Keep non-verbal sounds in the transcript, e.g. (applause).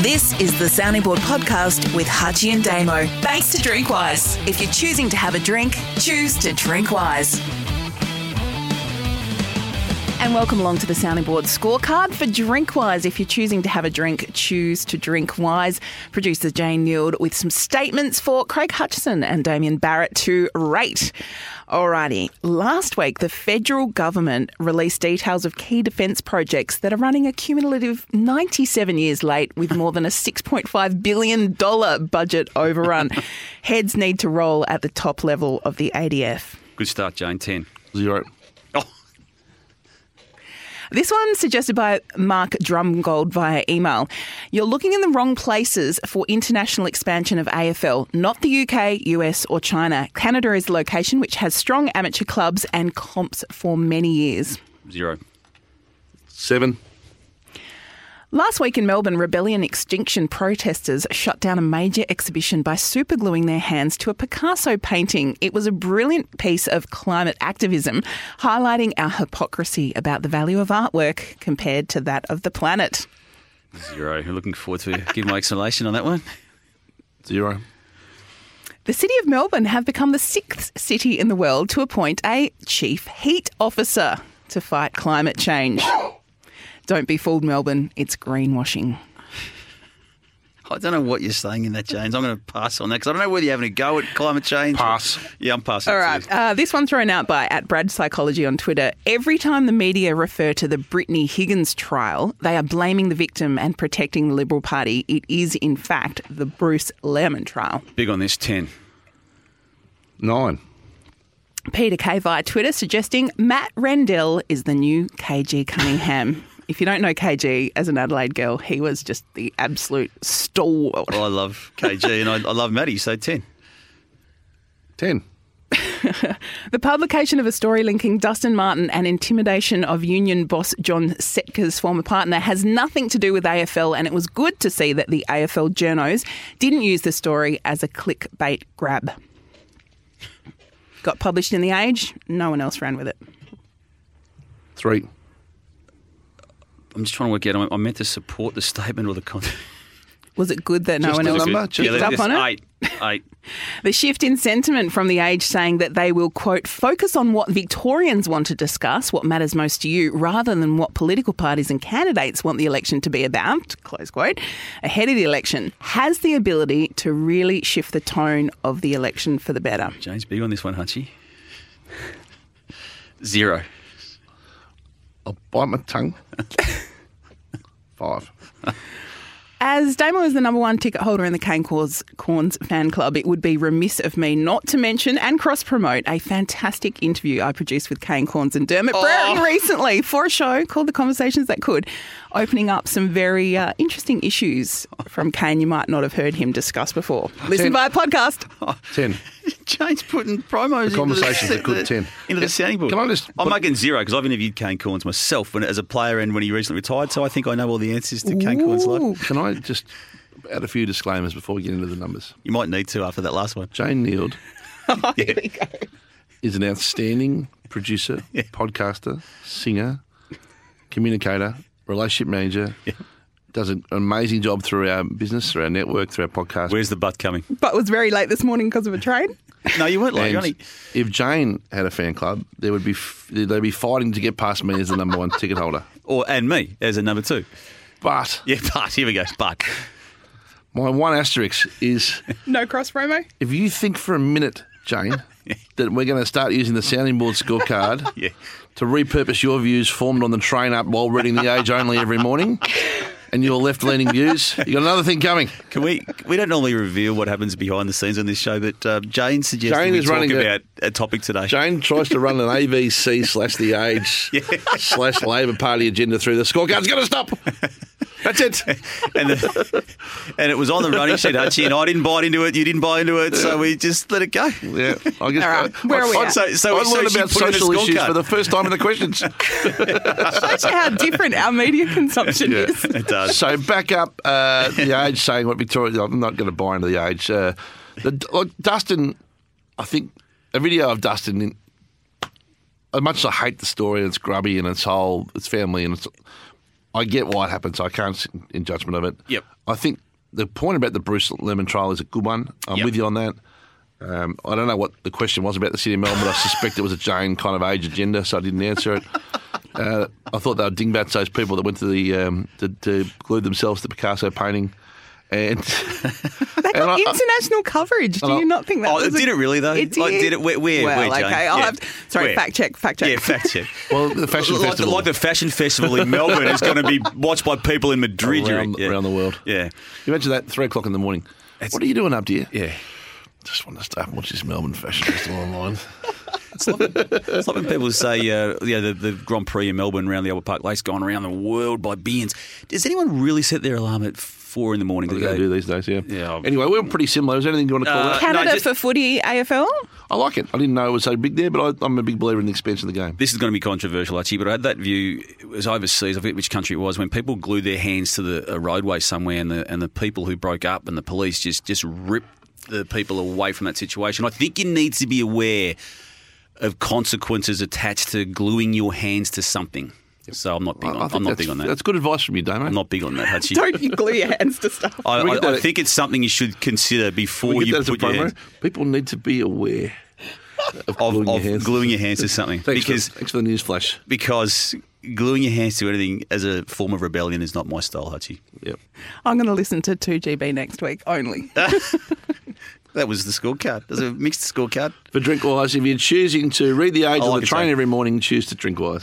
This is the Sounding Board podcast with Hutchie and Damo. Thanks to Drinkwise. If you're choosing to have a drink, choose to drink wise. And welcome along to the Sounding Board scorecard for Drinkwise. If you're choosing to have a drink, choose to drink wise. Producer Jane Neild with some statements for Craig Hutchison and Damien Barrett to rate. Alrighty. Last week, the federal government released details of key defence projects that are running a cumulative 97 years late with more than a $6.5 billion budget overrun. Heads need to roll at the top level of the ADF. Good start, Jane. 10. Zero. Oh, This one suggested by Mark Drumgold via email. You're looking in the wrong places for international expansion of AFL, not the UK, US, or China. Canada is the location which has strong amateur clubs and comps for many years. zero. Seven. Last week in Melbourne, rebellion extinction protesters shut down a major exhibition by supergluing their hands to a Picasso painting. It was a brilliant piece of climate activism, highlighting our hypocrisy about the value of artwork compared to that of the planet. Zero. We're looking forward to give my explanation on that one. Zero. The City of Melbourne have become the sixth city in the world to appoint a chief heat officer to fight climate change. Don't be fooled, Melbourne, it's greenwashing. I don't know what you're saying in that, James. I'm going to pass on that because I don't know whether you're having a go at climate change. Pass. Yeah, I'm passing. All it to right, you. uh, this one thrown out by at Brad Psychology on Twitter. Every time the media refer to the Brittany Higgins trial, they are blaming the victim and protecting the Liberal Party. It is, in fact, the Bruce Lehrman trial. Big on this. 10. Nine. Peter Kay via Twitter suggesting Matt Rendell is the new KG Cunningham. if you don't know KG as an Adelaide girl, he was just the absolute stalwart. Well, I love KG and I, I love Maddie, so 10. Ten. The publication of a story linking Dustin Martin and intimidation of union boss John Setka's former partner has nothing to do with AFL, and it was good to see that the AFL journos didn't use the story as a clickbait grab. Got published in The Age, no one else ran with it. Three. I'm just trying to work out. I- I meant to support the statement or the content. Was it good that no Just one the else number, picked just the up this- on it? Eight. Eight. The shift in sentiment from The Age saying that they will, quote, focus on what Victorians want to discuss, what matters most to you, rather than what political parties and candidates want the election to be about, close quote, ahead of the election, has the ability to really shift the tone of the election for the better. James, big on this one, Hutchie. Zero. I'll bite my tongue. Five. As Damo is the number one ticket holder in the Cane Corns, Corns fan club, it would be remiss of me not to mention and cross promote a fantastic interview I produced with Cane Corns and Dermot Brown recently for a show called The Conversations That Could, opening up some very uh, interesting issues from Cane you might not have heard him discuss before. Listen Ten. via podcast. Ten. (laughs) James putting promos The conversation's into a good the, 10. into the sounding board. Can I just I'm put- making zero because I've interviewed Kane Corns myself when, as a player and when he recently retired, so I think I know all the answers to Kane Corns' life. Ooh. Can I just add a few disclaimers before we get into the numbers? You might need to after that last one. Jane Neild is an outstanding producer, podcaster, singer, communicator, relationship manager. Does an amazing job through our business, through our network, through our podcast. Where's the butt coming? But was very late this morning because of a train. No, you weren't late. And you only- if Jane had a fan club, there would be f- they'd be fighting to get past me as the number one ticket holder. or and me as a number two. But (laughs) Yeah, but here we go. But my one asterisk is No cross promo. if you think for a minute, (laughs) Jane, that we're going to start using the sounding board scorecard Yeah. to repurpose your views formed on the train up while reading The Age only every morning and your left leaning views, you got another thing coming. can we? We don't normally reveal what happens behind the scenes on this show, but uh, Jane suggested Jane we is talk running the- about a topic today. Jane tries to run an AVC slash (laughs) The Age slash Labor Party agenda through the scorecard. It's going to stop. (laughs) That's it. and, the, and it was on the running sheet, Hutchie, and I didn't bite into it. You didn't buy into it, so we just let it go. Yeah, I (laughs) guess. All right, where are we I, at? So- so- I so learned she about put in a social issues scorecard. for the first time in the questions. (laughs) Shows you how different our media consumption Yeah. is. It does. so back up uh, the age saying what Victoria. I'm not going to buy into the age. Uh, the, look, Dustin, I think a video of Dustin. In, as much as I hate the story, and it's grubby and it's whole, it's family, and it's. I get why it happens. I can't sit in judgment of it. Yep. I think the point about the Bruce Lemon trial is a good one. I'm Yep. with you on that. Um, I don't know what the question was about the city of Melbourne, but I suspect it was a Jane kind of age agenda, so I didn't (laughs) answer it. Uh, I thought they were dingbats, those people that went to the um, to, to glue themselves to Picasso painting, and (laughs) They And got I- I- international coverage. Do and I- you not think that? Oh, was a- did it really, though? It did. Like, did it? Where- where- well, where, okay. Jane? I'll Yeah. have to, sorry, Where? fact check. Fact check. Yeah, fact check. well, the fashion like, the, festival like the fashion festival in Melbourne is going to (laughs) be watched by people in Madrid you around, reckon? yeah. around the world. Yeah, You mentioned that three o'clock in the morning. It's- what are you doing up, dear? yeah. Just want to start and watch this Melbourne Fashion Festival (laughs) online. It's like, when, it's like when people say, uh, yeah, the, the Grand Prix in Melbourne around the Albert Park Lake's gone around the world by billions. Does anyone really set their alarm at four in the morning? What do they do these days? Yeah. Yeah, I'll- Anyway, we were pretty similar. Is there anything you want to call Uh, out? Canada No, just- for footy AFL. I like it. I didn't know it was so big there, but I, I'm a big believer in the expansion of the game. This is going to be controversial, actually, but I had that view. It was overseas. I forget which country it was. When people glued their hands to the a roadway somewhere, and the and the people who broke up and the police just just ripped the people away from that situation. I think you need to be aware of consequences attached to gluing your hands to something. So I'm not big I- I on, think I'm not that's- big on that. That's good advice from you, Damo. I'm not big on that, actually. Don't you glue your hands to stuff? I, Can we get I, I that- think it's something you should consider Can before we get you that as a put your promo? hands, People need to be aware of, of, gluing your of hands. gluing your hands to something Thanks, because for, thanks for the news flash. because gluing your hands to anything as a form of rebellion is not my style, Hutchie. Yep. I'm going to listen to 2GB next week only. That was the scorecard. There's a mixed scorecard. For Drinkwise, if you're choosing to read the age I on like the it, train Sam. every morning, choose to Drinkwise.